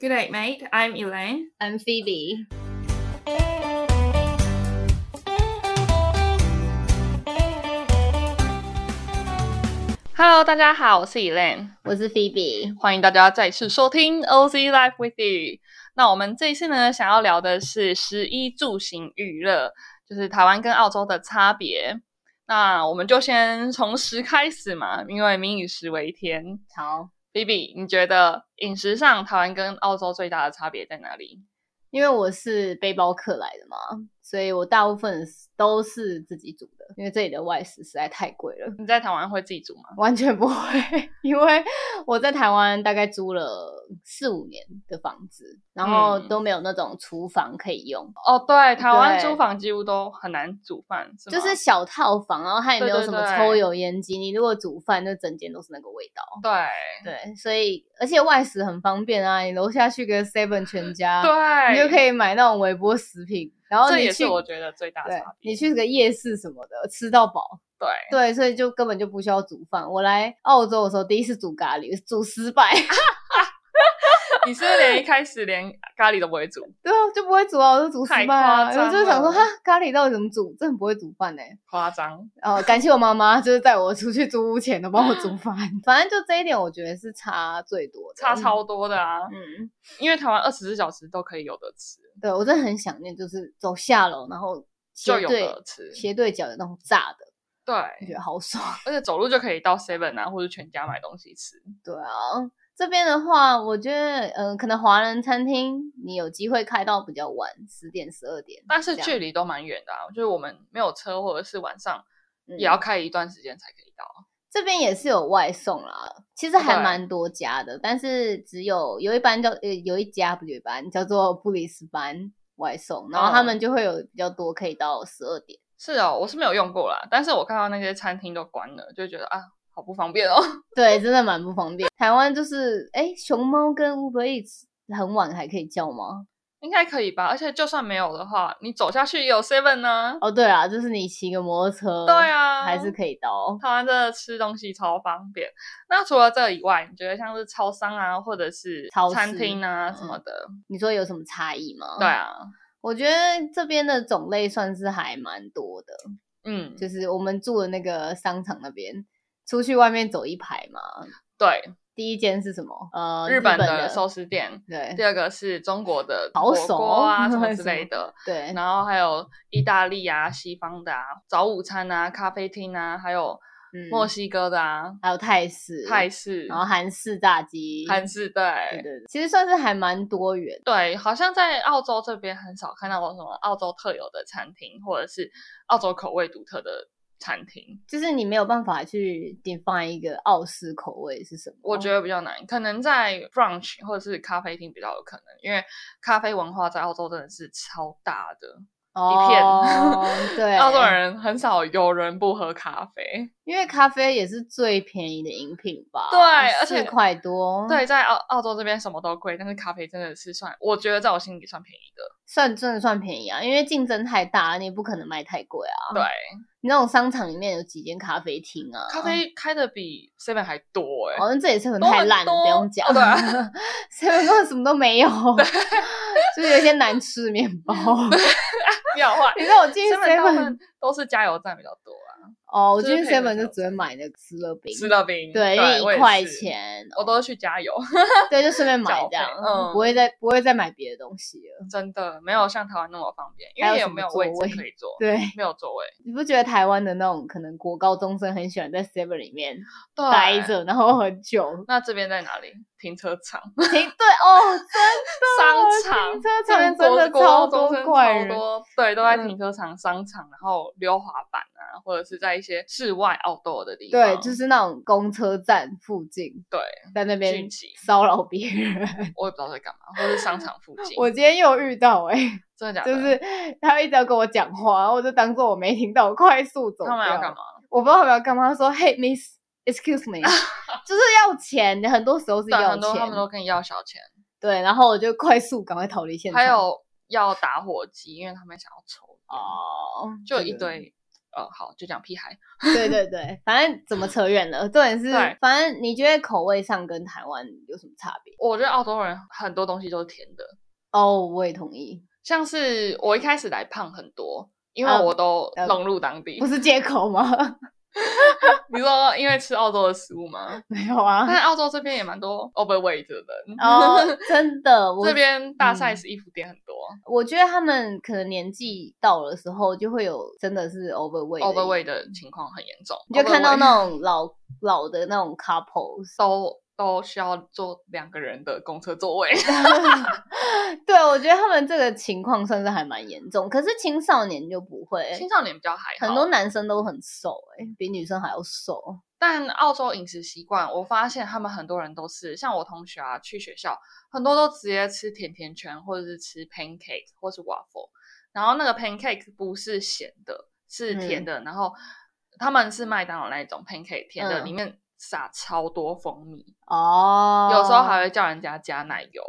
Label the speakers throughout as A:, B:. A: Good night, mate. I'm Elaine.
B: I'm Phoebe.
A: Hello，大家好，我是 Elaine，
B: 我是 Phoebe。
A: 欢迎大家再次收听 OZ Life with You。那我们这一次呢，想要聊的是食衣住行娱乐，就是台湾跟澳洲的差别。那我们就先从食开始嘛，因为民以食为天。
B: 好，
A: B B，你觉得饮食上台湾跟澳洲最大的差别在哪里？
B: 因为我是背包客来的嘛，所以我大部分都是自己煮的，因为这里的外食实在太贵了，
A: 你在台湾会自己煮吗？
B: 完全不会。 因为我在台湾大概租了四五年的房子，然后
A: 嗯
B: 都没有那种厨房可以用，
A: 哦，对，台湾
B: 对
A: 租房几乎都很难煮饭，是吗？
B: 就是小套房，然后它也没有
A: 对对
B: 什么
A: 对
B: 抽油烟机，你如果煮饭，就整间都是那个味道。
A: 对
B: 对，所以而且外食很方便啊，你楼下去个 Seven 全家，
A: 对，
B: 啊你就
A: 以。
B: 可以买那种微波食品，然后
A: 这
B: 你
A: 也
B: 去
A: 是我觉得最大的
B: 对
A: 差，别。
B: 你去个夜市什么的吃到饱，
A: 对，
B: 对，所以就根本就不需要煮饭。我来澳洲的时候，第一次煮咖喱，煮失败，
A: 你是不是连一开始连咖喱都不会煮，
B: 对啊，就不会煮啊，我就煮失
A: 太
B: 败啊，
A: 夸张
B: 我就想说
A: 了
B: 哈，咖喱到底怎么煮，真的不会煮饭呢、
A: 夸张。
B: 呃，感谢我妈妈，就是在我出去租屋前都帮我 煮饭，反正就这一点，我觉得是差最多的，
A: 差。超多的啊！
B: 嗯，
A: 因为台湾二十四小时都可以有的吃，
B: 对我真的很想念，就是走下楼，然后
A: 就
B: 斜
A: 有
B: 对
A: 的吃。
B: 斜对角有那种炸的，
A: 对，
B: 我觉得好爽。
A: 而且走路就可以到 Seven 啊，或者全家买东西吃。
B: 对啊，这边的话，我觉得，嗯、可能华人餐厅你有机会开到比较晚，十点、十二点，
A: 但是
B: 这样
A: 距离都蛮远的啊，就是我们没有车或者是晚上
B: 嗯
A: 也要开一段时间才可以到。
B: 这边也是有外送啦，其实还
A: 对
B: 蛮多家的，但是只有有一班叫呃有一家不是有一班叫做布里斯班外送，然后他
A: 嗯
B: 们就会有比较多可以到十二点。
A: 是哦，我是没有用过啦，但是我看到那些餐厅都关了，就觉得啊，好不方便哦。
B: 对，真的蛮不方便。台湾就是，哎，熊猫跟 Uber Eats 很晚还可以叫吗？
A: 应该可以吧？而且就算没有的话，你走下去也有 Seven 呢、
B: 哦，对啊，就是你骑个摩托车，
A: 对，啊，
B: 还是可以到。
A: 台湾真的吃东西超方便。那除了这以外，你觉得像是超商啊，或者是
B: 超市嗯
A: 餐厅啊什么的？
B: 你说有什么差异吗？
A: 对啊，
B: 我觉得这边的种类算是还蛮多的，
A: 嗯，
B: 就是我们住的那个商场那边，出去外面走一排嘛。
A: 对，
B: 第一间是什么？呃，
A: 日本
B: 的
A: 的寿司店，
B: 对
A: 第二个是中国的
B: 好
A: 火
B: 熟
A: 锅啊 什么
B: 什
A: 之
B: 么
A: 类的，
B: 对
A: 然后还有意大利啊、西方的啊、早午餐啊、咖啡厅啊，还有
B: 嗯
A: 墨西哥的啊、
B: 还有泰式，
A: 泰，式、
B: 然后韩式炸鸡，
A: 韩式，
B: 对对对，其实算是还蛮多元。
A: 对，好像在澳洲这边很少看到有什么澳洲特有的餐厅，或者是澳洲口味独特的餐厅，
B: 就是你没有办法去 define 一个澳式口味是什么，
A: 我觉
B: 得
A: 得比较难。可能在 brunch 或者是咖啡厅比较有可能，因为咖啡文化在澳洲真的是超大的，一片
B: 哦、对，
A: 澳洲，人很少有人不喝咖啡。
B: 因为咖啡也是最便宜的饮品吧，
A: 对而且
B: 四块多，
A: 对，，在澳澳洲这边什么都贵，但是咖啡真的是算，我觉得在我心里算便宜的。
B: 算真的算便宜啊，因为竞争太大，你也不可能卖太贵啊。
A: 对，
B: 你那种商场里面有几间咖啡厅啊？
A: 咖啡开的比 seven 还多哎、
B: 好像、那这也是很
A: 多
B: 太
A: 很
B: 烂了，不
A: 多
B: 用讲。
A: 哦对啊
B: seven 根本什么都没有，就是有一些难吃的面 包。
A: 没有话
B: 你知道我进去
A: seven 大部
B: seven
A: 分都是加油站比较多啊啦，
B: 哦，我
A: 就
B: 进
A: 是
B: 去
A: 配合
B: seven 就
A: 调
B: 只会买那个可乐饼，
A: 吃了冰
B: 对，因
A: 我
B: 为
A: 也
B: 一块
A: 是
B: 钱，哦
A: 我都去加油，
B: 对，就顺便买
A: 缴
B: 这样
A: 费，嗯
B: 不会再不会再买别的东西了。
A: 真的没有像台湾那么方便，因
B: 还
A: 为
B: 有
A: 也
B: 什么
A: 没有
B: 座
A: 位
B: 位
A: 置可以坐，
B: 对，
A: 没有座位，
B: 你不觉得台湾的那种可能国高中生很喜欢在 seven 里面
A: 对
B: 待。着，然后很久，
A: 那这边在哪里？停车场、
B: 停对哦，
A: 商场、
B: 停车
A: 这边
B: 场真的
A: 国国
B: 超
A: 中
B: 多
A: 生
B: 怪
A: 超
B: 人，
A: 多，对，都在
B: 嗯
A: 停车场、商场，然后溜滑板啊，或者是在一些室外 outdoor 的地
B: 对，
A: 方。
B: 就是那种公车站附近，
A: 对，
B: 在那
A: 聚
B: 边
A: 集
B: 骚扰别人。
A: 我也不知道在干嘛，或者是商场附近。
B: 我今天又遇到哎、
A: 真的假的？
B: 就是他一直要跟我讲话，然后我就当做我没听到，我快速走
A: 他
B: 掉。
A: 们要干嘛？
B: 我不知道他们要干嘛。他说：“Hey Miss。” Excuse me，就是要钱，很多时候是
A: 对，
B: 要
A: 很多他们
B: 钱。
A: 都跟你要小钱，
B: 对，然后我就快速赶快逃离现场。
A: 还有要打火机，因为他们想要抽。啊
B: 哦，
A: 就
B: 这
A: 一
B: 个
A: 堆哦，好，就讲屁孩。
B: 对对对，反正怎么扯远了，重点是
A: 对，
B: 反正你觉得口味上跟台湾有什么差别？
A: 我觉得澳洲人很多东西都是甜的，
B: 哦，我也同意，
A: 像是我一开始来胖很多，因为
B: 嗯
A: 我都
B: 嗯
A: 融入当地。
B: 不是借口吗？
A: 你说因为吃澳洲的食物吗？
B: 没有啊，
A: 但澳洲这边也蛮多 overweight 的人，
B: 哦，真的，我
A: 这边大
B: 嗯
A: size 衣服店很多
B: 我觉得他们可能年纪到了时候，就会有真的是 overweight 的
A: overweight 的情况很严重，
B: 你就看到
A: overweight
B: 那种老老的那种 couples。
A: 都都需要坐两个人的公车座位。
B: 对，我觉得他们这个情况算是还蛮严重，可是青少年就不会
A: 青，少年比较还好，
B: 很多男生都很瘦、欸，比女生还要瘦。
A: 但澳洲饮食习惯，我发现他们很多人都是，像我同学啊，去学校很多都直接吃甜甜圈，或者是吃 pancake 或是 waffle，然后那个 pancake 不是咸的，是
B: 嗯
A: 甜的，然后他们是麦当劳那一种 pancake 甜的，
B: 嗯
A: 里面撒超多蜂蜜，
B: 哦，
A: 有时候还会叫人家加奶油，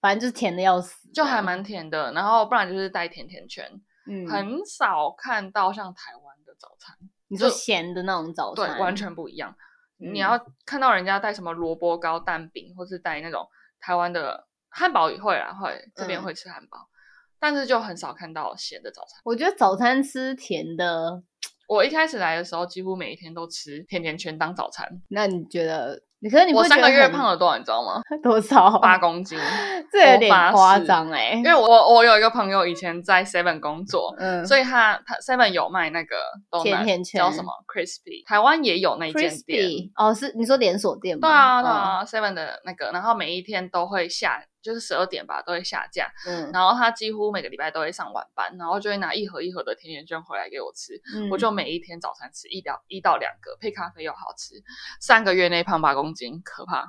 B: 反正就是甜的要死，
A: 就还蛮甜的，然后不然就是带甜甜圈，
B: 嗯，
A: 很少看到像台湾的早餐。
B: 你说
A: 就
B: 咸的那种早
A: 对
B: 餐，，
A: 完全不一样。你
B: 嗯
A: 要看到人家带什么萝卜糕、蛋饼，或是带那种台湾的汉堡也会啦，会这边
B: 嗯
A: 会吃汉堡，但是就很少看到咸的早餐。
B: 我觉得早餐吃甜的，
A: 我一开始来的时候，几乎每一天都吃甜甜圈当早餐。
B: 那你觉得？你可是你不
A: 我
B: 觉
A: 三
B: 得
A: 个月
B: 很
A: 胖了多少，你知道吗？
B: 多少？啊
A: 八公斤。
B: 这有
A: 我
B: 点
A: 发
B: 夸
A: 誓
B: 张哎、
A: 因为我我有一个朋友以前在 Seven 工作，
B: 嗯，
A: 所以他他 Seven 有卖那个 donut,
B: 甜甜圈
A: 叫什么 crispy，台湾也有那一间店。
B: crispy 哦，是你说连锁店吗？
A: 对
B: 哦
A: 啊，对啊，Seven 的那个，然后每一天都会下，就是十二点吧，都会下架。
B: 嗯，嗯，
A: 然后他几乎每个礼拜都会上晚班，然后就会拿一盒一盒的甜甜圈回来给我吃。
B: 嗯
A: 我就每一天早餐吃一到一到两个，配咖啡又好吃。三个月内胖八公斤，可怕。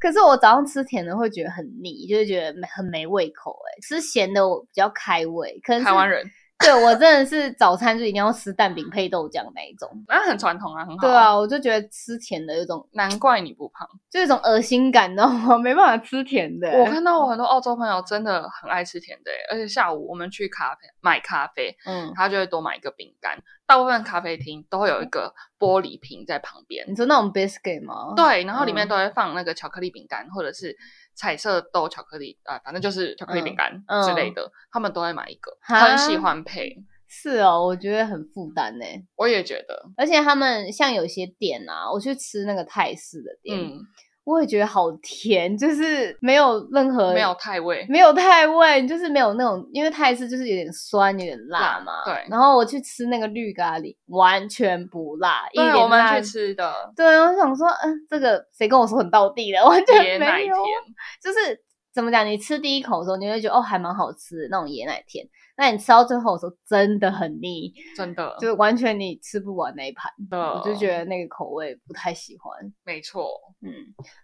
B: 可是我早上吃甜的会觉得很腻，就是觉得没很没胃口哎、吃咸的我比较开胃，可能是
A: 台湾人，
B: 对我真的是早餐就一定要吃蛋饼配豆浆那一种。
A: 那很传统啊， 很好。
B: 对，啊，我就觉得吃甜的有一种，
A: 难怪你不胖。
B: 就有一种恶心感，你知道吗？没办法吃甜的欸、
A: 我看到我很多澳洲朋友真的很爱吃甜的欸，而且下午我们去咖啡买咖啡，
B: 嗯，
A: 他就会多买一个饼干。大部分咖啡厅都会有一个玻璃瓶在旁边，
B: 你说那种 biscuit 吗？，
A: 对，然后里面
B: 嗯
A: 都会放那个巧克力饼干，或者是彩色豆巧克力啊、反正就是巧克力饼干
B: 嗯
A: 之类
B: 嗯
A: 的，他们都会买一个，
B: 哈
A: 很喜欢配。
B: 是哦，我觉得很负担呢。
A: 我也觉得，
B: 而且他们像有些店啊，我去吃那个泰式的店，
A: 嗯，
B: 我也觉得好甜，就是没有任何
A: 没有太味，
B: 没有太味，就是没有那种，因为泰式就是有点酸，有点辣
A: 辣
B: 嘛。
A: 对
B: 然后我去吃那个绿咖喱，完全不辣，一
A: 对
B: 点，
A: 我们
B: 辣
A: 去。吃 的
B: 对，我想说，嗯，这个谁跟我说很到地了， 完
A: 椰
B: 全
A: 奶
B: 没
A: 甜
B: 有。，就是怎么讲，你吃第一口的时候，你会觉得哦，还蛮好吃的那种椰奶甜。那你吃到最后的时候，真的很腻，
A: 真的，
B: 就是完全你吃不完那一盘。
A: 真的，
B: 我就
A: 哦
B: 觉得那个口味不太喜欢。
A: 没错，
B: 嗯，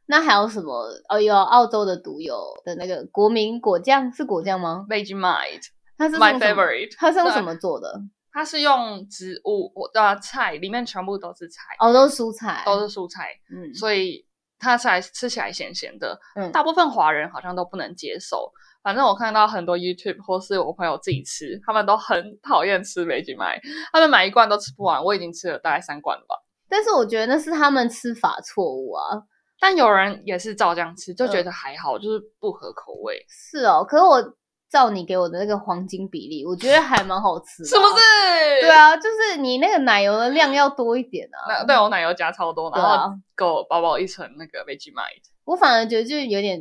B: 那还有什么？哦，有澳洲的独有的那个国民果酱，是果酱吗？
A: ，veggie mind
B: 它是
A: my
B: 用什么
A: favorite，
B: 它是用
A: 对
B: 什么做的？
A: 它是用植物，我的、菜里面全部都是菜，
B: 哦，都是蔬菜，
A: 都是蔬菜，
B: 嗯，
A: 所以它才吃起来咸咸的。
B: 嗯
A: 大部分华人好像都不能接受。反正我看到很多 YouTube 或是我朋友自己吃，他们都很讨厌吃梅吉麦，他们买一罐都吃不完，我已经吃了大概三罐了吧。
B: 但是我觉得那是他们吃法错误啊。
A: 但有人也是照这样吃，就觉
B: 嗯
A: 得还好，就是不合口味，
B: 是哦，可是我照你给我的那个黄金比例，我觉得还蛮好吃的、
A: 是不？是？
B: 对。啊，就是你那个奶油的量要多一点啊。
A: 那对我奶油加超多，
B: 对
A: 然
B: 啊
A: 后给我包包一层那个 veggie 麦，
B: 我反而觉得就是有点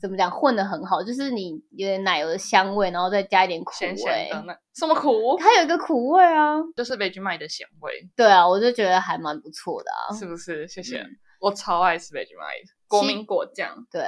B: 怎么讲混的很好，就是你有点奶油的香味，然后再加一点苦味。
A: 咸咸的那什么苦，
B: 它有一个苦味啊，
A: 就是 veggie 麦的咸味，
B: 对啊，我就觉得还蛮不错的啊。
A: 是不是？谢谢
B: 嗯，
A: 我超爱吃 veggie 麦，国民果酱。
B: 对，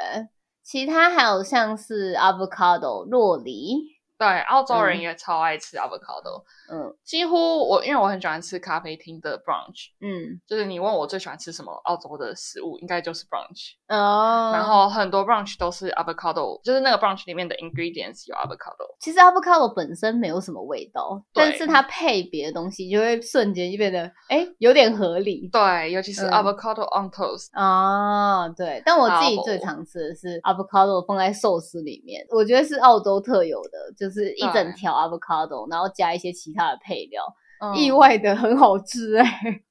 B: 其他还有像是 avocado 洛梨，
A: 对，澳洲人
B: 嗯
A: 也超爱吃 avocado，
B: 嗯
A: 几乎我因为我很喜欢吃咖啡厅的 brunch，
B: 嗯
A: 就是你问我最喜欢吃什么澳洲的食物，应该就是 brunch。
B: 哦，
A: 然后很多 brunch 都是 avocado，就是那个 brunch 里面的 ingredients 有 avocado。
B: 其实 avocado 本身没有什么味道，但
A: 对
B: 是它配别的东西就会瞬间就变得哎有点合理
A: 对，尤其是
B: 嗯
A: avocado on toast，、
B: 啊。对，但我自己最
A: 好
B: 常吃的是 avocado 放在寿司里面，我觉得是澳洲特有的，就是一整
A: 对
B: 条 avocado，然后加一些其他的配料。
A: 嗯
B: 意外的很好吃哎、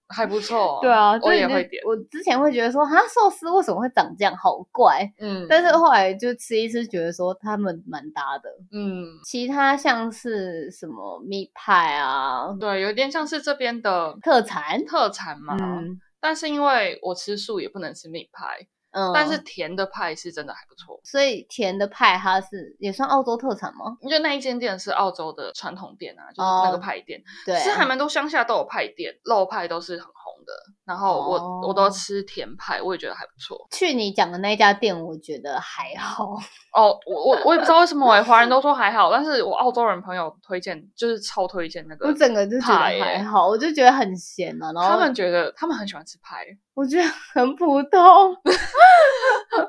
A: 还不错。
B: 对啊，
A: 我
B: 就
A: 也
B: 是
A: 会点。
B: 我之前会觉得说，哈，寿司为什么会长这样，好怪。
A: 嗯，
B: 但是哦后来就吃一吃，觉得说他们蛮搭的。
A: 嗯，
B: 其他像是什么蜜派啊，
A: 对，有点像是这边的
B: 特产，
A: 特产嘛。
B: 嗯
A: 但是因为我吃素，也不能吃米派，
B: 嗯，
A: 但是甜的派是真的还不错。
B: 所以甜的派它是也算澳洲特产吗？
A: 因为那一间店是澳洲的传统店啊，就是那个
B: 哦
A: 派店，
B: 对啊，
A: 是还蛮多乡下都有派店，肉派都是很红的。然后我、我
B: 哦
A: 都吃甜派，我也觉得还不错。
B: 去你讲的那家店，我觉得还好。
A: 哦，我我我也不知道为什么哎、华人都说还好，但是我澳洲人朋友推荐就是超推荐那个，
B: 我整个就觉得
A: 派
B: 还
A: 耶
B: 好，我就觉得很咸啊。然后
A: 他们觉得他们很喜欢吃派，
B: 我觉得很普通，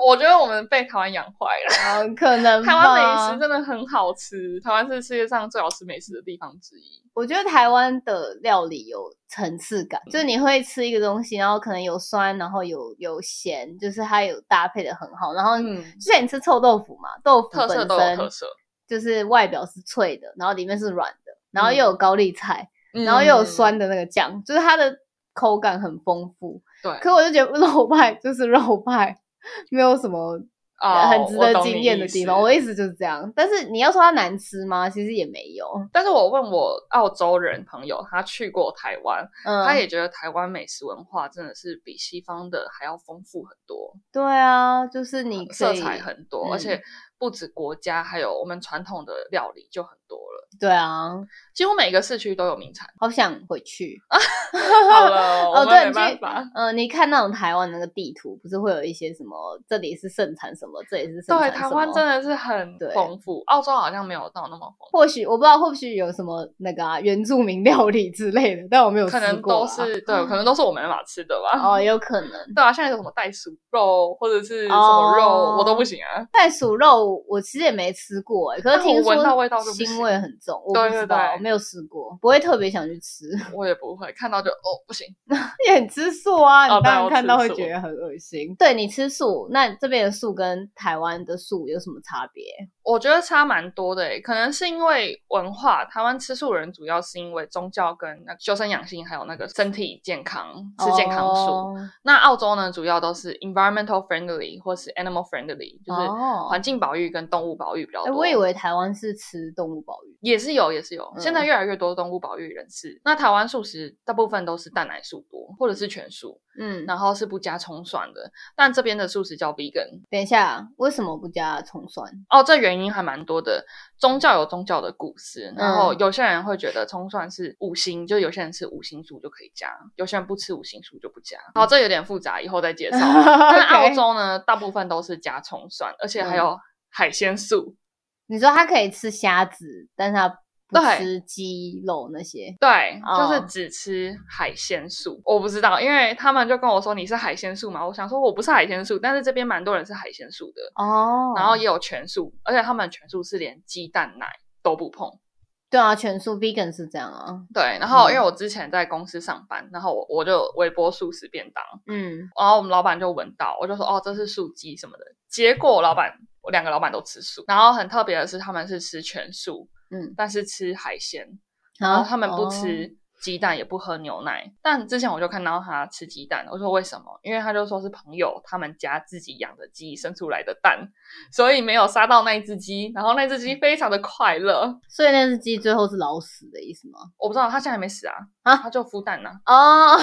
A: 我觉得我们被台湾养坏了。
B: 啊可能
A: 台湾美食
B: 吧。
A: 真的很好吃，台湾是世界上最好吃美食的地方之一。
B: 我觉得台湾的料理有层次感，就是你会吃一个东西，然后可能有酸，然后有有咸，就是它有搭配的很好。然后
A: 嗯
B: 之前你吃臭豆腐嘛，豆腐
A: 特色
B: 本
A: 都有特
B: 身
A: 色，
B: 就是外表是脆的，然后里面是软的，然后又有高丽菜，
A: 嗯
B: 然后又有酸的那个酱，就是它的口感很丰富。
A: 对，
B: 可我就觉得肉派就是肉派， 没有什么
A: 哦
B: 很值
A: 我
B: 得
A: 懂
B: 惊
A: 你
B: 艳
A: 意
B: 的地
A: 思
B: 方。我的意思就是这样，但是你要说它难吃吗？其实也没有，
A: 但是我问我澳洲人朋友，他去过台湾，
B: 嗯，
A: 他也觉得台湾美食文化真的是比西方的还要丰富很多，
B: 对啊，就是你
A: 色
B: 可以，
A: 彩很多，
B: 嗯
A: 而且不止国家，还有我们传统的料理就很多了。
B: 对啊，
A: 几乎每个市区都有 名产。
B: 好想回去。
A: 好了，我
B: 哦，
A: 们
B: 对，
A: 没
B: 你
A: 办
B: 去
A: 法。，
B: 呃，你看那种台湾那个地图，不是会有一些什么，这里是盛产什么，这里是盛产
A: 对，
B: 什
A: 台
B: 么？
A: 湾真的是很
B: 对
A: 丰富，澳洲好像没有到那么丰富。
B: 或许我不知道，或许有什么那个啊原住民料理之类的，但我没有吃
A: 可能
B: 过啊、
A: 都 是对，可能都是我没办法吃的吧。
B: 哦，有可能
A: 对啊，像有什么袋鼠肉或者是什么肉，
B: 哦
A: 我都不行啊。
B: 袋鼠肉，我其实也没吃过、欸，可是
A: 但我
B: 听说
A: 闻到味道就不行
B: 腥味很重，我不
A: 对
B: 知
A: 对
B: 道，
A: 对
B: 我没有吃过，不会特别想去吃，
A: 我也不会看到就哦不行。
B: 也很吃素啊，
A: 哦
B: 你当
A: 对
B: 然
A: 我
B: 看到
A: 吃
B: 会
A: 素
B: 觉得很恶心。对你吃素，那这边的素跟台湾的素有什么差别？
A: 我觉得差蛮多的欸诶，可能是因为文化，台湾吃素人主要是因为宗教跟那个修身养性，还有那个身体健康吃健康素。
B: 哦
A: 那澳洲呢，主要都是 environmental friendly 或是 animal friendly，就是
B: 哦
A: 环境保育跟动物保育比较
B: 哎
A: 多。
B: 我以为台湾是吃动物保育，
A: 也是有，也是有。现在
B: 嗯
A: 越来越多动物保育人士，那台湾素食大部分都是蛋奶素多，或者是全素，
B: 嗯，
A: 然后是不加葱蒜的。但这边的素食叫 vegan
B: 等一下，为什么不加葱蒜？
A: 哦，这原因还蛮多的。宗教有宗教的故事，然后
B: 嗯
A: 有些人会觉得葱蒜是五星，就有些人吃五星素就可以加，有些人不吃五星素就不加。好，这有点复杂，以后再 介绍。但澳
B: 嗯 OK 嗯
A: 洲呢，大部分都是加葱蒜，而且还有海鲜素。
B: 你说它可以吃虾子，但是它不
A: 对
B: 吃鸡肉那些。
A: 对，就是
B: 哦
A: 只吃海鲜素。我不知道，因为他们就跟我说你是海鲜素嘛，我想说我不是海鲜素，但是这边蛮多人是海鲜素的，
B: 哦，
A: 然后也有全素，而且他们全素是连鸡蛋奶都不碰。
B: 对啊，全素 vegan 是这样啊，
A: 对，然后
B: 嗯
A: 因为我之前在公司上班，然后我我就微波素食便当，
B: 嗯，
A: 然后我们老板就闻到，我就说哦这是素鸡什么的，结果老板我两个老板都吃素，然后很特别的是他们是吃全素，
B: 嗯，哦
A: 但是吃海鲜，
B: 然
A: 然后他们不吃鸡蛋，也不喝牛奶。但之前我就看到他吃鸡蛋，我说为什么？因为他就说是朋友他们家自己养的鸡生出来的蛋，所以没有杀到那一只鸡，然后那只
B: 嗯
A: 鸡非常的快乐。
B: 所以那只鸡最后是老死的意 思吗？
A: 我不知道他现在还没死啊，
B: 啊
A: 他就孵蛋呢、
B: 哦，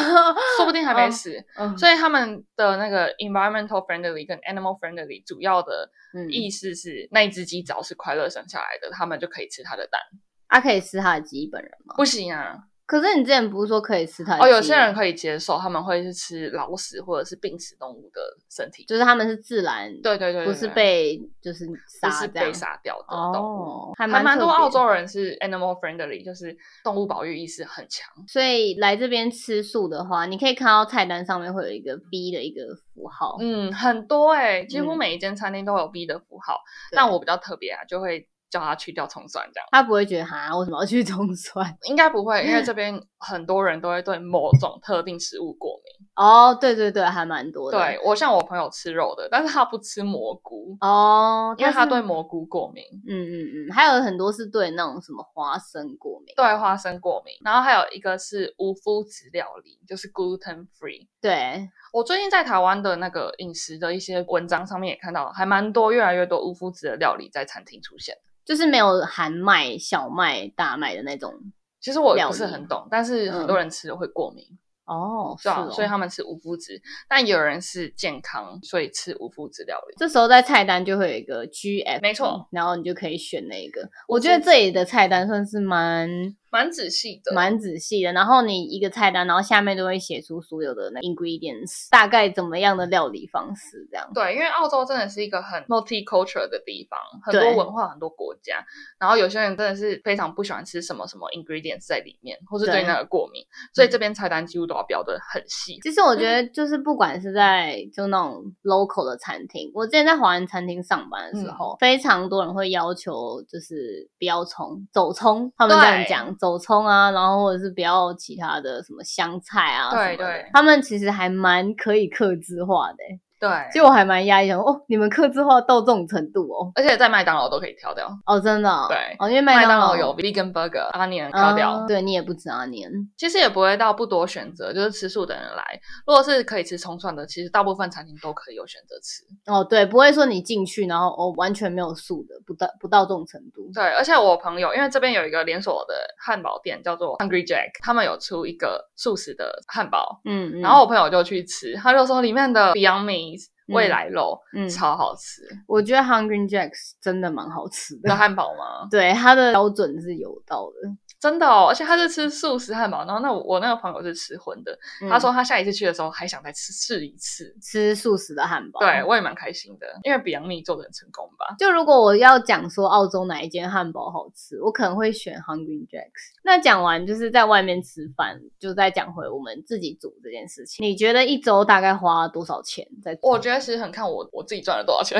A: 说不定还没
B: 哦
A: 死。
B: 嗯
A: 所以他们的那个 environmental friendly 跟 animal friendly 主要的
B: 嗯
A: 意思是，那一只鸡只要是快乐生下来的，他们就可以吃它的
B: 嗯
A: 蛋。
B: 它、可以吃它的鸡本人吗？
A: 不行啊，
B: 可是你之前不是说可以吃它的
A: 哦，有
B: 鸡
A: 些
B: 吗
A: 人可以接受，他们会是吃老死或者是病死动物的身体，
B: 就是他们是自然，
A: 对对对
B: 不
A: 对
B: 是
A: 对
B: 被就是
A: 不
B: 杀
A: 是
B: 这样
A: 被杀掉的动物。
B: 哦，
A: 还
B: 还
A: 蛮
B: 蛮
A: 多
B: 特别
A: 澳洲人是 animal friendly，就是动物保育意识很强。
B: 所以来这边吃素的话，你可以看到菜单上面会有一个 B 的一个符号。
A: 嗯，很多哎、几乎
B: 嗯
A: 每一间餐厅都有 B 的符号。
B: 对
A: 但我比较特别啊，就会叫他去掉葱蒜这样。
B: 他不会觉得哈，为什么要去中蒜？ 嗯
A: 应该不会，因为这边很多人都会对某种特定食物过敏。
B: 哦，对对对，还蛮多的。
A: 对我像我朋友吃肉的，但是他不吃蘑菇，
B: 哦，
A: 因为他
B: 它是
A: 对蘑菇过敏，
B: 嗯嗯嗯，还有很多是对那种什么花生过敏。
A: 对花生过敏。然后还有一个是无麸质料理，就是 gluten free。
B: 对，
A: 我最近在台湾的那个饮食的一些文章上面也看到，还蛮多越来越多无麸质的料理在餐厅出现。
B: 就是没有含麦、小麦、大麦的那种。
A: 其实我也
B: 料
A: 不是
B: 理
A: 很懂，但是很多人吃了会过敏，
B: 哦，
A: 是啊，
B: 哦
A: 所以他们吃无麸质。但有人是健康，所以吃无麸质料理。
B: 这时候在菜单就会有一个 GF，
A: 没错，
B: 然后你就可以选那一个。
A: 我
B: 我
A: 觉
B: 觉
A: 得
B: 得这里的菜单算是蛮
A: 蛮仔细的，
B: 蛮仔细的，然后你一个菜单，然后下面都会写出所有的那 ingredients，大概怎么样的料理方式这样。
A: 对，因为澳洲真的是一个很 multicultural 的地方，很
B: 对
A: 多文化，很多国家。然后有些人真的是非常不喜欢吃什么什么 ingredients 在里面，或是对嗯
B: 对
A: 那个过敏，所以这边菜单几乎都要标的很细。
B: 其实我觉得，就是不管是在就那种 local 的餐厅，我之前在华人餐厅上班
A: 嗯
B: 的时候，非常多人会要求就是不要葱、走葱，他们这样
A: 对
B: 讲，走葱啊，然后或者是不要其他的什么香菜啊
A: 对
B: 什么的
A: 对
B: 他们其实还蛮可以克制化的、欸，
A: 对，
B: 其实我还蛮压抑，想说哦，你们克制化到这种程度哦，
A: 而且在麦当劳都可以挑掉，
B: 哦，真的、哦，
A: 对
B: 哦，因为
A: 麦
B: 当
A: 当劳嗯有 vegan burger、onion 挑
B: 啊，
A: 掉。
B: 对你也不止阿年，
A: 其实也不会到不多选择，就是吃素的人来，如果是可以吃葱蒜的，其实大部分餐厅都可以有选择吃。
B: 哦，对，不会说你进去然后哦完全没有素的，不到不到这种程度，
A: 对，而且我朋友因为这边有一个连锁的汉堡店叫做 Hungry Jack，他们有出一个素食的汉堡，
B: 嗯，嗯
A: 然后我朋友就去吃，他就说里面的 Beyond Meat 未来肉、
B: 嗯，
A: 超好吃。
B: 我觉得 Hungry Jacks 真的蛮好吃
A: 的
B: 的，
A: 汉堡吗？
B: 对它的标准是有到的。
A: 真的哦，而且他是吃素食汉堡，然后那我我那个朋友是吃荤的，
B: 嗯
A: 他说他下一次去的时候还想再吃试一次。
B: 吃素食的汉堡，
A: 对，我也蛮开心的，因为 Beyond Meat 做的很成功吧。
B: 就如果我要讲说澳洲哪一间汉堡好吃，我可能会选 Hungry Jacks。那讲完就是在外面吃饭，就再讲回我们自己煮这件事情。你觉得一周大概花多少钱在煮？
A: 我觉得其实很看我我自己赚了多少 钱，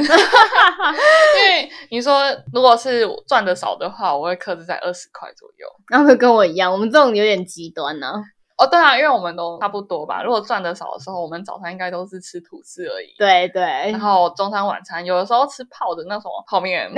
A: 因为你说如果是赚的少的话，我会克制在二十块左右。
B: 然后跟我一样，我们这种有点极端呢、
A: 哦，对啊，因为我们都差不多吧。如果赚的少的时候，我们早餐应该都是吃吐司而已。。
B: 对 对
A: 然，后中餐、晚餐，有的时候吃泡的那种泡 面，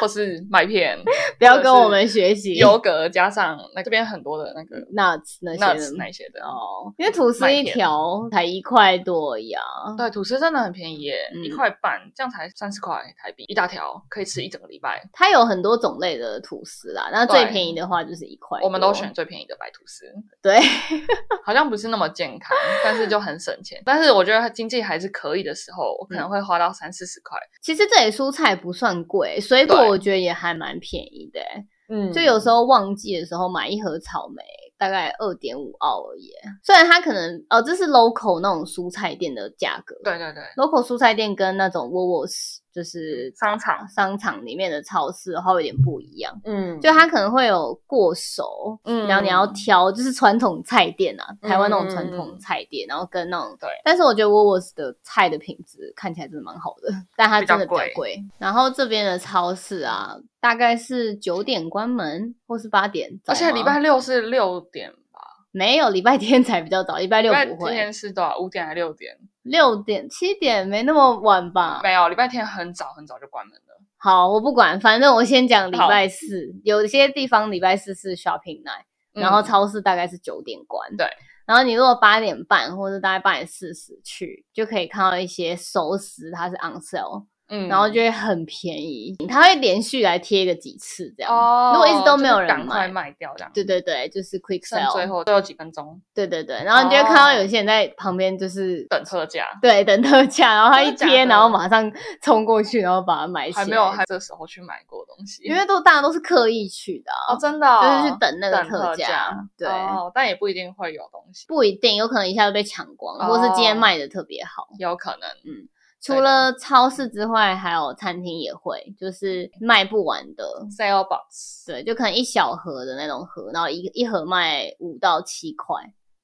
A: 或是麦片，
B: 不要跟我们学习
A: 优格加上那这边很多的那个
B: nuts 那些
A: nuts
B: 的
A: 那些的。
B: 哦，因为吐司
A: 麦
B: 一
A: 片
B: 条才一块多而已啊。
A: 对，吐司真的很便宜耶，
B: 嗯
A: 一块半，这样才三十块台币，一大条可以吃一整个礼拜。
B: 它有很多种类的吐司啦，那最
A: 对
B: 便宜的话就是一块多，
A: 我们都选最便宜的白吐司，
B: 对，
A: 好像不是那么健康，但是就很省钱。但是我觉得经济还是可以的时候，我可
B: 嗯
A: 能会花到三四十块。
B: 其实这里蔬菜不算贵，水果
A: 对
B: 我觉得也还蛮便宜的欸、
A: 嗯
B: 就有时候旺季的时候买一盒草莓，大概二点五澳而已欸。虽然它可能哦，这是 local 那种蔬菜店的价格，
A: 对对对，
B: ，local 蔬菜店跟那种 w o w o s 就是
A: 商场，
B: 商场里面的超市的话有点不一样，
A: 嗯
B: 就它可能会有过熟，
A: 嗯
B: 然后你要挑，就是传统菜店啊，台湾那种传
A: 嗯嗯嗯
B: 统菜店，然后跟那种
A: 对
B: 但是我觉得 w o w o s 的菜的品质看起来真的蛮好的，但它真的比较
A: 比较
B: 贵。然后这边的超市啊，大概是九点关门或是八点
A: 而
B: 早吗，
A: 哦且礼拜六是六点吧，
B: 没有礼拜天才比较早，礼拜
A: 礼
B: 六
A: 拜
B: 不会，
A: 天是多少？五点还是六点？
B: 六点七点没那么晚吧？
A: 没有，礼拜天很早很早就关门了。
B: 好，我不管，反正我先讲礼
A: 好
B: 拜四，有些地方礼拜四是 shopping night。然后
A: 嗯
B: 超市大概是九点关。
A: 对。
B: 然后你如果八点半或者大概八点四十去，就可以看到一些熟食，它是 on sale，、
A: 嗯
B: 然后就会很便宜。它会连续来贴个几次这样。
A: 哦，
B: 如果一直都没有
A: 就是
B: 人
A: 赶快
B: 买，
A: 卖掉这样。
B: 对对对，就是 quick
A: 剩最
B: sale。
A: 后最后几分钟
B: 对对对，然后你就会看到
A: 哦
B: 有些人在旁边就是。
A: 等特价，
B: 对，等特价，然后他一
A: 真的假
B: 贴，
A: 的
B: 然后马上冲过去，然后把它买起来。
A: 还没有还这时候去买过东西，
B: 因为都大家都是刻意去的啊、
A: 哦真的哦
B: 就是去等那个
A: 等特价
B: 对，
A: 哦，但也不一定会有东西，
B: 不一定，有可能一下就被抢光，或是今天
A: 哦
B: 卖的特别好。
A: 有可能
B: 嗯除了超市之外，还有餐厅也会，就是卖不完的，
A: sale box。
B: 对，就可能一小盒的那种盒，然后一一盒卖五到七块，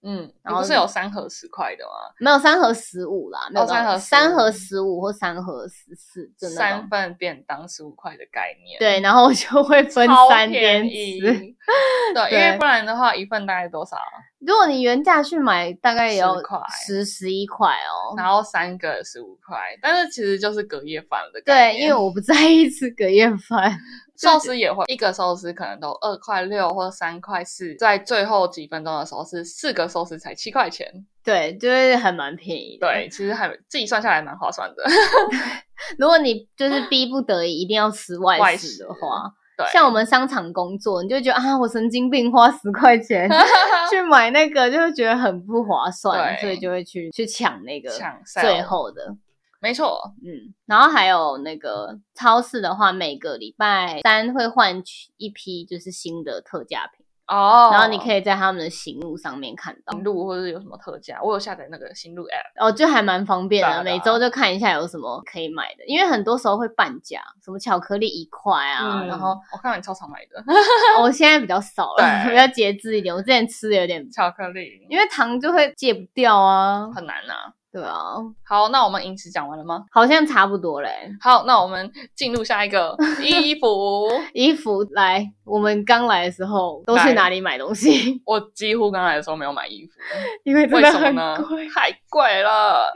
A: 嗯，
B: 然后
A: 不是有三盒十块的吗？
B: 没有三盒十五啦，没有
A: 哦三盒15
B: 到三盒十五或三盒十四，真的
A: 三份便当十五块的概念，，
B: 对，然后我就会分
A: 超
B: 三
A: 便
B: 边
A: 宜。
B: 吃。
A: 对， 因为
B: 对
A: 不然的话，一份大概多少？啊
B: 如果你原价去买，大概也要
A: 10块
B: 十十一块哦。
A: 然后三个十五块，但是其实就是隔夜饭的概
B: 对，
A: 念。
B: 因为我不在意吃隔夜饭，
A: 寿司也会一个寿司可能都二块六或三块四，在最后几分钟的时候是四个寿司才七块钱。
B: 对，就是还蛮便宜的。
A: 对，，其实还自己算下来蛮划算的。
B: 如果你就是逼不得已一定要吃外
A: 外
B: 食
A: 食
B: 的话，
A: 对，
B: 像我们商场工作，你就会觉得啊，我神经病，花十块 钱去买那个，就会觉得很不划算，
A: 对
B: 所以就会去去抢那个
A: 抢 sale
B: 最后的。
A: 没错，
B: 嗯，然后还有那个超市的话，每个礼拜三会换取一批就是新的特价品，
A: 哦，嗯
B: 然后你可
A: 以
B: 以在他们的行路上面看到
A: 新。路或者有什么特价，我有下载那个新路 app。
B: 哦，就还蛮方便
A: 对
B: 的，
A: 啊
B: 每周就看一下有什么可以买的，因为很多时候会半价，什么巧克力一块啊，
A: 嗯
B: 然后、
A: 我看到你超常买的
B: 哦我现在比较少了，
A: 对
B: 比较节制一点。我之前吃的有点，
A: 巧克力，
B: 因为糖就会戒不掉啊。
A: 很难啊。
B: 对啊，
A: 好，那我们饮食讲完了吗？
B: 好像差不多嘞。
A: 好，那我们进入下一个 衣服。
B: 衣服来，我们刚来的时候都去
A: 来
B: 哪里买东西？
A: 我几乎刚来的时候没有买衣服，
B: 因 为真
A: 为
B: 的
A: 什么
B: 很
A: 呢
B: 贵。？
A: 太贵了。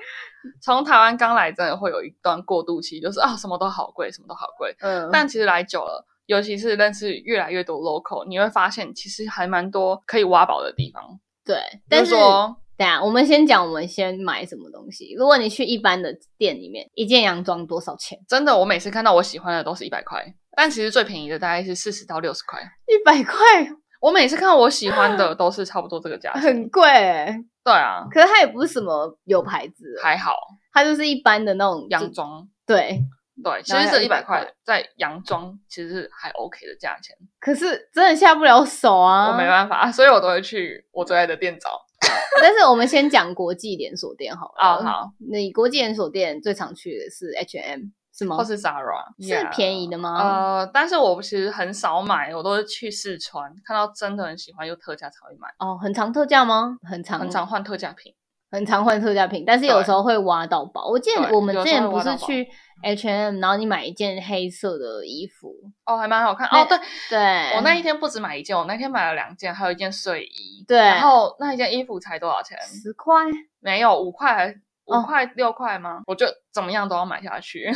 A: 从台湾刚来，真的会有一段过渡期，就是啊、什么都好贵，什么都好贵。
B: 嗯，
A: 但其实来久了，尤其是认识越来越多 local，你会发现其实还蛮多可以挖宝的地方。
B: 对，
A: 比如
B: 但是
A: 说哦
B: 等一下我们先讲，我们先买什么东西。如果你去一般的店里面，一件洋装多少钱？
A: 真的，我每次看到我喜欢的都是一百块，但其实最便宜的大概是四十到六十块。
B: 一百块
A: 我每次看到我喜欢的都是差不多这个价钱。
B: 很贵、欸，
A: 对啊，
B: 可是它也不是什么有牌子的，
A: 还好
B: 它就是一般的那种
A: 洋。装。
B: 对，
A: 对，其
B: 然
A: 实
B: 后
A: 这
B: 要
A: 一百
B: 100
A: 块在洋装其实是还 OK 的价钱，
B: 可是真的下不了手啊。
A: 我没办法，所以我都会去我最爱的店找。
B: 但是我们先讲国际连锁店好了。
A: 啊好，
B: 你国际连锁店最常去的是 H&M 是吗？
A: 或是 Zara
B: 是便宜的吗？
A: 呃，但是我其实很少买，我都是去试穿，看到真的很喜欢又特价才会买，
B: 哦，很常特价吗？很常
A: 很常换特价品。
B: 很常换特价品，但是有时候会挖到宝。我记得
A: 对
B: 我们
A: 有
B: 之
A: 时候会
B: 前不
A: 挖
B: 是
A: 到宝嗯
B: 去 H&M，然后你买一件黑色的衣服，
A: 哦，还蛮好看
B: 那
A: 哦。对，
B: 对，
A: 我
B: 我
A: 那一天不止买一件，我那天买了两件，还有一件睡衣。
B: 对
A: 然后那一件衣服才多少钱？
B: 十 块，
A: 没有五块还
B: 哦
A: 五块六块吗？我就怎么样都要买下 去，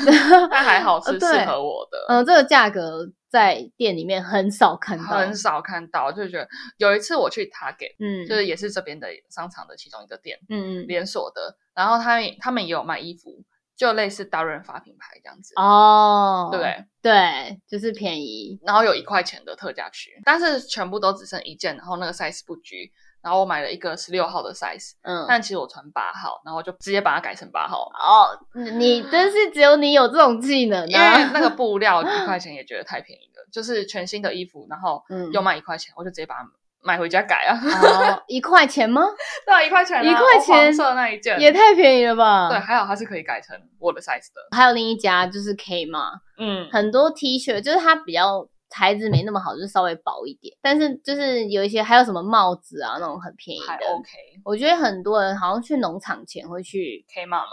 A: 但还好是
B: 呃
A: 适
B: 对
A: 合我的。
B: 嗯，这个价格在店里面很少看到，
A: 很少看到，就觉得有一次我去 Target，
B: 嗯，
A: 就是也是这边的商场的其中一个店，
B: 嗯嗯
A: 连锁的，然后他们他们也有卖衣服，就类似大润发品牌这样子，
B: 哦，
A: 对不对？
B: 对，就是便宜，
A: 然后有一块钱的特价区，但是全部都只剩一件，然后那个 size 不拘，然后我买了一个十六号的 size，
B: 嗯，
A: 但其实我穿八号，然后我就直接把它改成八号，
B: 哦，你真是只有你有这种技能
A: 啊因为
B: 啊！
A: 那个布料一块钱也觉得太便宜了，就是全新的衣服，然后
B: 嗯
A: 又卖一块钱，我就直接把它买回家改啊，
B: 哦，一块钱吗？
A: 对啊，一块钱啊、
B: 一块
A: 我
B: 钱
A: 黄色那一件
B: 也太便宜了吧！
A: 对，，还好它是可以改成我的 size 的，
B: 还有另一家就是 K 嘛，
A: 嗯，
B: 很多 T 恤就是它比较材质没那么好，就是稍微薄一点，但是就是有一些还有什么帽子啊那种很便宜
A: 还
B: 的。
A: OK。
B: 我觉得很多人好像去农场前会去
A: K 妈买，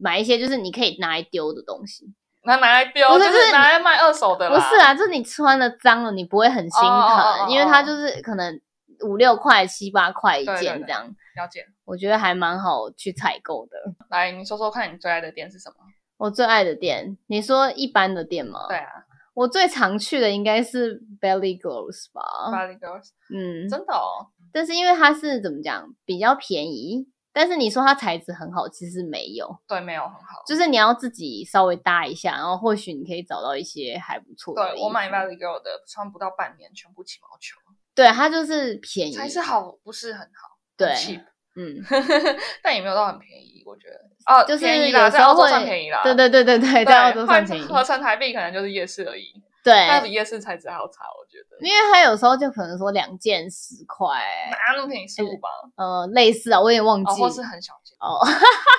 B: 买一些就是你可以拿来丢的东西，
A: 拿拿来丢，
B: 不是
A: 就
B: 就是
A: 是拿来卖二手的啦。
B: 不是啊，就是你穿了脏了你不会很心疼，
A: 哦哦哦哦
B: 因为它就是可能五六块七八块一
A: 对对
B: 件
A: 对
B: 这样，
A: 了解。
B: 我觉得还蛮好去采购的。
A: 来，你说说看你最爱的店是什么？
B: 我最爱的店，你说一般的店吗？
A: 对，啊
B: 我最常去的应该是 Belly Girls 吧。
A: ，Body Girls，
B: 嗯，
A: 真的哦，
B: 但是因为它是怎么讲，比较便宜，但是你说它材质很好，其实没有，
A: 对，没有很好。
B: 就是你要自己稍微搭一下，然后或许你可以找到一些还不错的衣服。
A: 对我买 Body Girl 的，穿不到半年，全部起毛球，
B: 对它就是便宜，
A: 材质好不是很好，
B: 对
A: 很 cheap，
B: 嗯，
A: 但也没有到很便宜，我觉得啊，
B: 就是
A: 便宜
B: 有
A: 啦，
B: 时
A: 在澳
B: 候
A: 洲
B: 会
A: 算便宜啦，
B: 对对对对对，
A: 对，
B: 在澳洲算
A: 换
B: 便宜，
A: 合成台币可能就是夜市而已，但
B: 对
A: 比，夜市材质还要差，我觉得
B: 因为它有时候就可能说两件十块，
A: 哪那么便宜十五吧，
B: 呃，类似啊，我有点忘
A: 哦，
B: 记
A: 或是很小件
B: 哦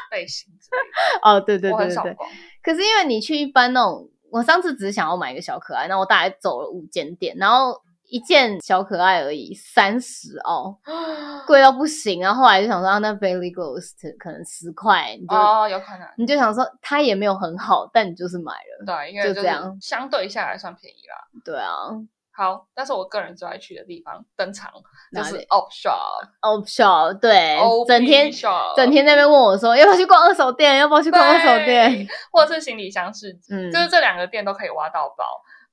A: 背心之类的，
B: 哦，对对
A: 我
B: 对
A: 很
B: 对
A: 少
B: 对，
A: 逛，
B: 可是因为你去一般那种，我上次只是想要买一个小可爱，然后我大概走了五间店，然后一件小可爱而已，三十 澳，贵到不行。然后后来就想说，啊、那 Bailey Ghost 可能十块，你就、
A: 哦，有可能，
B: 你就想说它也没有很好，但你就是买了，
A: 对，因为
B: 就
A: 就是
B: 这样
A: 相对下来算便宜啦。
B: 对啊。
A: 好，但是我个人最爱去的地方登场就
B: 哪
A: 是
B: 里
A: op shop，
B: 哦，小对
A: OP，
B: 整天
A: shop
B: 整天在那边问我说，要不要去逛二手店？要不要
A: 去
B: 去逛二手店？，
A: 或者是行李箱市集，
B: 嗯
A: 就是这两个店都可以挖到宝。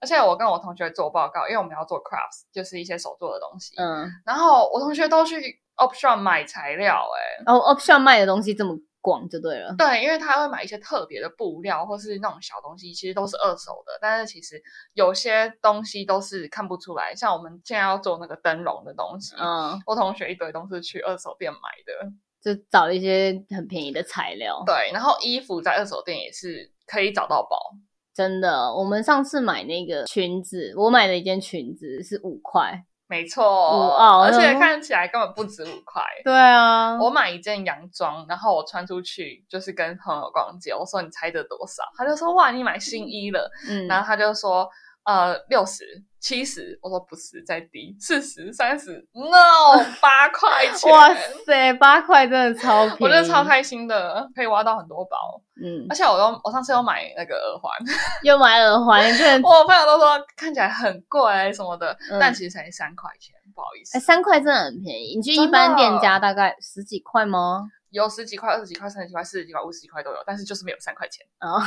A: 而且我跟我同学做报告，因为我们要做 crafts，就是一些手做的东西。
B: 嗯，
A: 然后我同学都去 op shop 买材料、欸，
B: 然后 option 哦卖的东西这么广就对了。
A: 对，因为他会买一些特别的布料，或是那种小东西，其实都是二手的。但是其实有些东西都是看不出来，像我们现在要做那个灯笼的东西，
B: 嗯，
A: 我同学一堆都是去二手店买的。
B: 就找一些很便宜的材料。
A: 对，然后衣服在二手店也是可以找到宝。
B: 真的，我们上次买那个裙子，我买了一件裙子是五块。
A: 没错，
B: 澳
A: 而且
B: 嗯
A: 看起来根本不止五块。
B: 对啊
A: 我买一件洋装，然后我穿出去，就是跟朋友逛街。我说你猜这多少？他就说哇，你买新衣了。
B: 嗯，
A: 然后他就说，呃，六十、七十，我说不是，再低，四十、三十，no，八 块钱，
B: 哇塞，八块真的超便宜，
A: 我觉得超开心的，可以挖到很多宝。
B: 嗯
A: 而，且我都，我上次有买那个耳环，
B: 又买耳环，真 的，
A: 我朋友都说看起来很贵什么的，
B: 嗯
A: 但其实才三块钱，不好意思
B: 哎，，三块真的很便宜。你去一
A: 真的
B: 般店家大概十几块吗？
A: 有十几块、二十几块、三十几块、四十几块、五十几块都有，但是就是没有三块钱。
B: 哦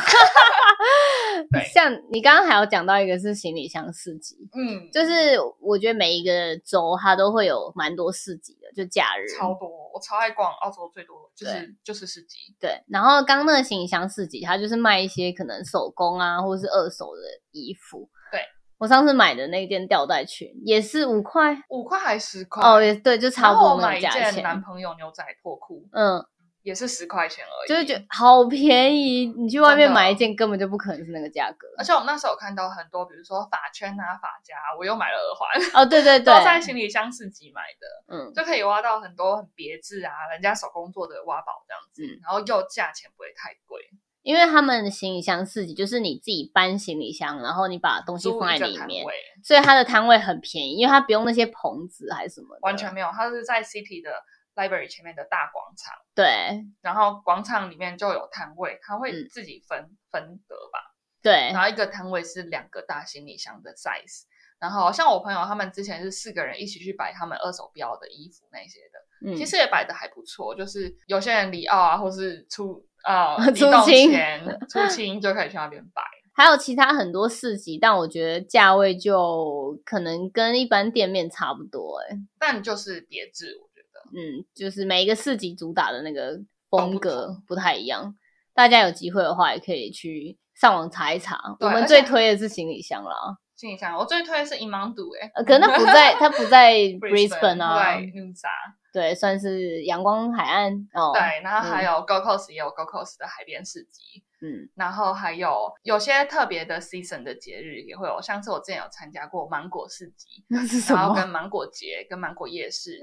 A: 对，
B: 像你刚刚还有讲到一个是行李箱市集，
A: 嗯，
B: 就是我觉得每一个州它都会有蛮多市集的，就假日
A: 超多，我超爱逛澳洲，最多就是就是市集，
B: 对，然后刚刚那个行李箱市集，它就是卖一些可能手工啊，或是二手的衣服。
A: 对，
B: 我上次买的那件吊带裙也是五块，
A: 五块还十块
B: 哦，也对，就差
A: 然
B: 不
A: 后我
B: 多那
A: 买
B: 个
A: 一
B: 价
A: 件男
B: 钱。
A: 朋友牛仔破裤，
B: 嗯，
A: 也是十块钱而已，
B: 就是觉得好便宜，你去外
A: 真
B: 面
A: 的
B: 买一件根本就不可能是那个价格。
A: 而且我们那时候有看到很多，比如说发圈啊、发夹啊，我又买了耳环，
B: 哦，对对对
A: 都，在行李箱市集买的，
B: 嗯，
A: 就可以挖到很多很别致啊，人家手工做的挖宝这样子，
B: 嗯
A: 然后又价钱不会太贵，
B: 因为他们的行李箱市集就是你自己搬行李箱，然后你把东西
A: 租
B: 放
A: 一
B: 在
A: 个
B: 里
A: 摊
B: 面，
A: 位
B: 所以它的摊位很便宜，因为它不用那些棚子还是什么的，
A: 完全没有，它是在 City 的 Library 前面的大广场，
B: 对
A: 然后广场里面就有摊位，它会
B: 嗯哎
A: 自己分、分隔吧，
B: 对
A: 然，后一个摊位是两个大行李箱的 size。然后像我朋友他们之前是四个人一起去摆他们二手标的衣服那些的，
B: 嗯
A: 其实也摆的还不错，就是有些人离澳啊，或是出呃
B: 出
A: 移动
B: 清
A: 前出清就可以去那边摆。
B: 还有其他很多市集，但我觉得价位就可能跟一般店面差不多、欸，
A: 但就是别致，我觉得
B: 嗯，就是每一个市集主打的那
A: 都
B: 个
A: 哦不
B: 风格不太一样。大家有机会的话，也可以去上网查一查。
A: 对
B: 我
A: 而
B: 们
A: 且
B: 最推的是行李箱啦，
A: 心里想，我最推的是 Imandu 哎、
B: 呃，可能它不 在，它不在
A: Brisbane，
B: Brisbane 啊，
A: 对 n u s a
B: 对，算是阳光海岸哦，
A: 对，然后还有 Go Coast 也有 Go Coast 的海边市集，
B: 嗯，
A: 然后还有有些特别的 season 的节日也会有，像是我之前有参加过芒果市集，
B: 那是什
A: 然后
B: 么？
A: 跟芒果节、跟芒果夜市，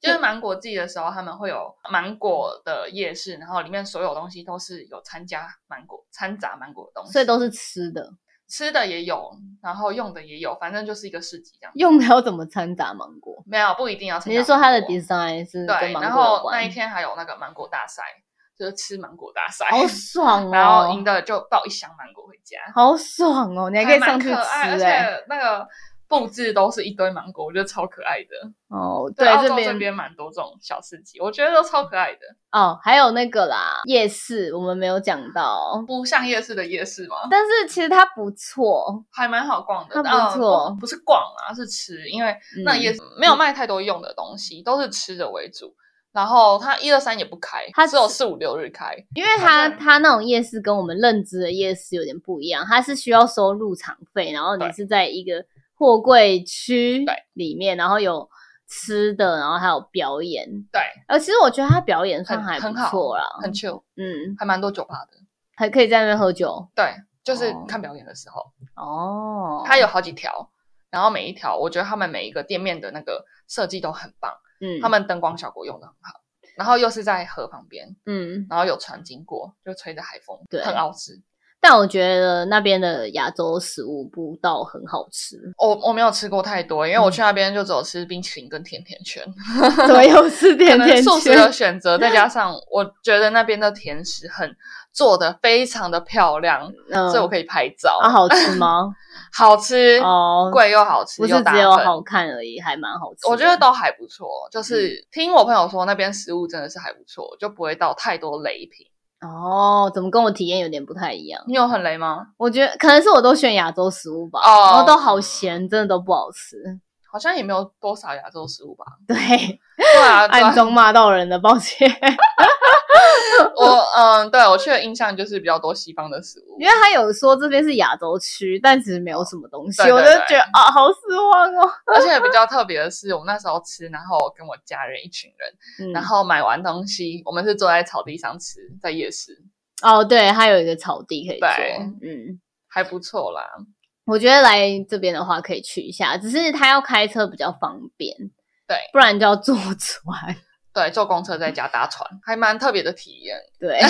A: 就是芒果季的时候，他们会有芒果的夜市，然后里面所有东西都是有参加芒果、掺杂芒果的东西，
B: 所以都是吃的，
A: 吃的也有，然后用的也有，反正就是一个市集这样。
B: 用的要怎么掺杂芒果？
A: 没有不一定要参加芒果。
B: 你是说它的 design 是
A: 对
B: 跟，芒
A: 然
B: 果有
A: 后
B: 关？
A: 那一天还有那个芒果大赛，就是吃芒果大赛，
B: 好爽 哦！
A: 然后赢的就抱一箱芒果回家，
B: 好爽哦！你还可以上去吃、
A: 还蛮可爱，而
B: 哎
A: 且那个布置都是一堆芒果，我觉得超可爱的。
B: 哦，
A: 对，澳
B: 这
A: 洲这
B: 边
A: 边蛮多这种小市集，我觉得都超可爱的。
B: 哦，还有那个啦，夜市我们没有讲到，
A: 不像夜市的夜市吗？
B: 但是其实它不错，
A: 还蛮好逛的，
B: 它不
A: 呃
B: 错哦
A: 不不是逛啊，是吃，因为
B: 嗯
A: 那夜市没有卖太多用的东西，都是吃的为主。然后它一二三也不开，
B: 它
A: 只有
B: 只
A: 四五六日开，
B: 因为它
A: 对
B: 它那种夜市跟我们认知的夜市有点不一样，它是需要收入场费，然后你
A: 对
B: 是在一个货柜区
A: 对
B: 里面，然后有吃的，然后还有表演。
A: 对，
B: 呃，其实我觉得它表演算
A: 很
B: 还
A: 很
B: 不
A: 好
B: 错啦，
A: 很 chill，
B: 嗯，
A: 还蛮多酒吧的。
B: 还可以在那边喝酒
A: 对，就是
B: 哦
A: 看表演的时候，
B: 哦。
A: 它有好几条，然后每一条我觉得他们每一个店面的那个设计都很棒，
B: 嗯，
A: 他们灯光效果用的很好，然后又是在河旁边，
B: 嗯，
A: 然后有船经过，就吹着海风，
B: 对
A: 很澳式。
B: 但我觉得那边的亚洲食物不到很好 吃，
A: 我我没有吃过太多，因
B: 嗯
A: 为我去那边就只有吃冰淇淋跟甜甜圈，
B: 怎么又是
A: 可
B: 甜
A: 能
B: 甜
A: 素食的
B: 圈？
A: 选择，再加上我觉得那边的甜食很做的非常的漂亮，
B: 嗯
A: 所以我可以拍照，
B: 啊，好吃吗？
A: 好吃，
B: 哦，
A: 贵又好吃，
B: 不
A: 又
B: 是
A: 打
B: 只有
A: 分
B: 好看而已，还蛮好吃的。嗯
A: 我觉得都还不错，就是听我朋友说那边食物真的是还不错，就不会到太多雷品。
B: 哦，怎么跟我体验有点不太一样？
A: 你有很雷吗？
B: 我觉得可能是我都选亚洲食物吧，
A: 哦
B: 然后都好咸，真的都不好吃。
A: 好像也没有多少亚洲食物吧。
B: 对，
A: 对 啊，对啊
B: 暗中骂到人的，抱歉。
A: 我嗯，对我去的印象就是比较多西方的食物
B: 因。为他有说这边是亚洲区，但其实没有什么东西，
A: 对对
B: 我就觉得啊，好失望哦。
A: 而且比较特别的是，我们那时候吃，然后跟我家人一群人，
B: 嗯
A: 然后买完东西，我们是坐在草地上吃，在夜市
B: 哦，对，它有一个草地可以坐
A: 对。
B: 嗯，
A: 还不错啦。
B: 我觉得来这边的话可以去一下，只是他要开车比较方便，
A: 对
B: 不然就要坐船。
A: 对，坐公车在家搭船，还蛮特别的体验。
B: 对，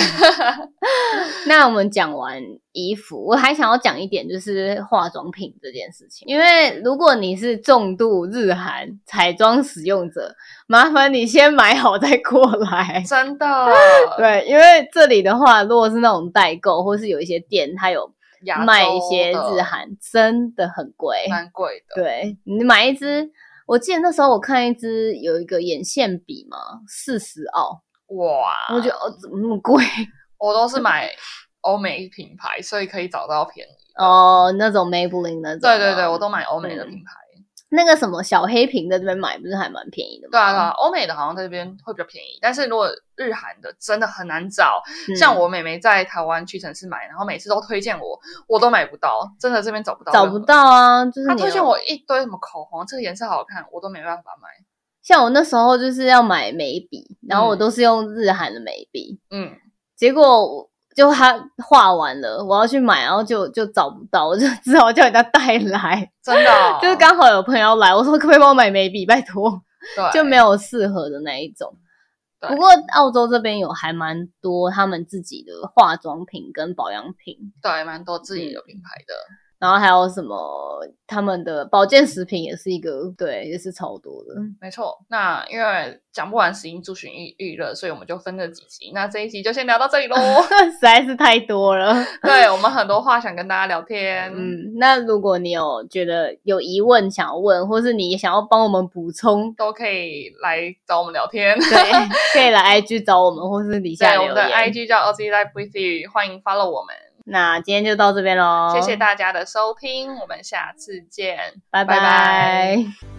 B: 那我们讲完衣服，我还想要讲一点，就是化妆品这件事情。因为如果你是重度日韩彩妆使用者，麻烦你先买好再过 来。
A: 真的，
B: 对，因为这里的话，如果是那种代购，或是有一些店它有
A: 亚洲
B: 卖一些
A: 的
B: 日韩，真的很贵。
A: 蛮贵的。
B: 对你买一支，我记得那时候我看一支有一个眼线笔嘛，四十澳，
A: 哇，
B: 我觉得哦怎么那么贵？
A: 我都是买欧美品牌，所以可以找到便宜。
B: 哦，那种 Maybelline 那种。
A: 对对对，我。都买欧美的
B: 嗯
A: 品牌。
B: 那个什么小黑瓶在这边买，不是还蛮便宜的吗？
A: 对啊对啊，欧美的好像在这边会比较便宜，但是如果日韩的真的很难找。
B: 嗯
A: 啊像我妹妹在台湾屈臣氏买，然后每次都推荐我，我都买不到，真的这边找不到任
B: 找
A: 何，
B: 不到啊，就是
A: 她
B: 你
A: 推荐
B: 有
A: 我一堆什么口红，这个颜色好看，我都没办法买。
B: 像我那时候就是要买眉笔，然后我
A: 嗯
B: 都是用日韩的眉笔，
A: 嗯，
B: 结果我就他画完了，我要去买，然后就就找不到，我就 只好叫人家带来。
A: 真的哦、
B: 就是刚好有朋友要来，我说可不可以帮我买眉笔，拜托，
A: 对
B: 就没有适合的那一种。
A: 对
B: 不过澳洲这边有还蛮多他们自己的化妆品跟保养品，
A: 对，蛮多自己的品牌的。
B: 然后还有什么他们的保健食品也是一个，对，也是超多的。
A: 没错，那因为讲不完食衣住行娱娱乐，所以我们就分了几集。那这一集就先聊到这里喽。
B: 实在是太多了。
A: 对我们很多话想跟大家聊天。嗯，
B: 嗯，那如果你有觉得有疑问想要问，或是你想要帮我们补充
A: 都可以来找我们聊 天。
B: 对，可以来 IG 找我们，或是底下
A: 对，
B: 留
A: 我
B: 言。
A: 们的 IG 叫 OZ Life with You，欢迎 follow 我们。
B: 那今天就到这边喽，
A: 谢谢大家的收听，我们下次见。
B: 拜
A: 拜
B: 拜
A: 拜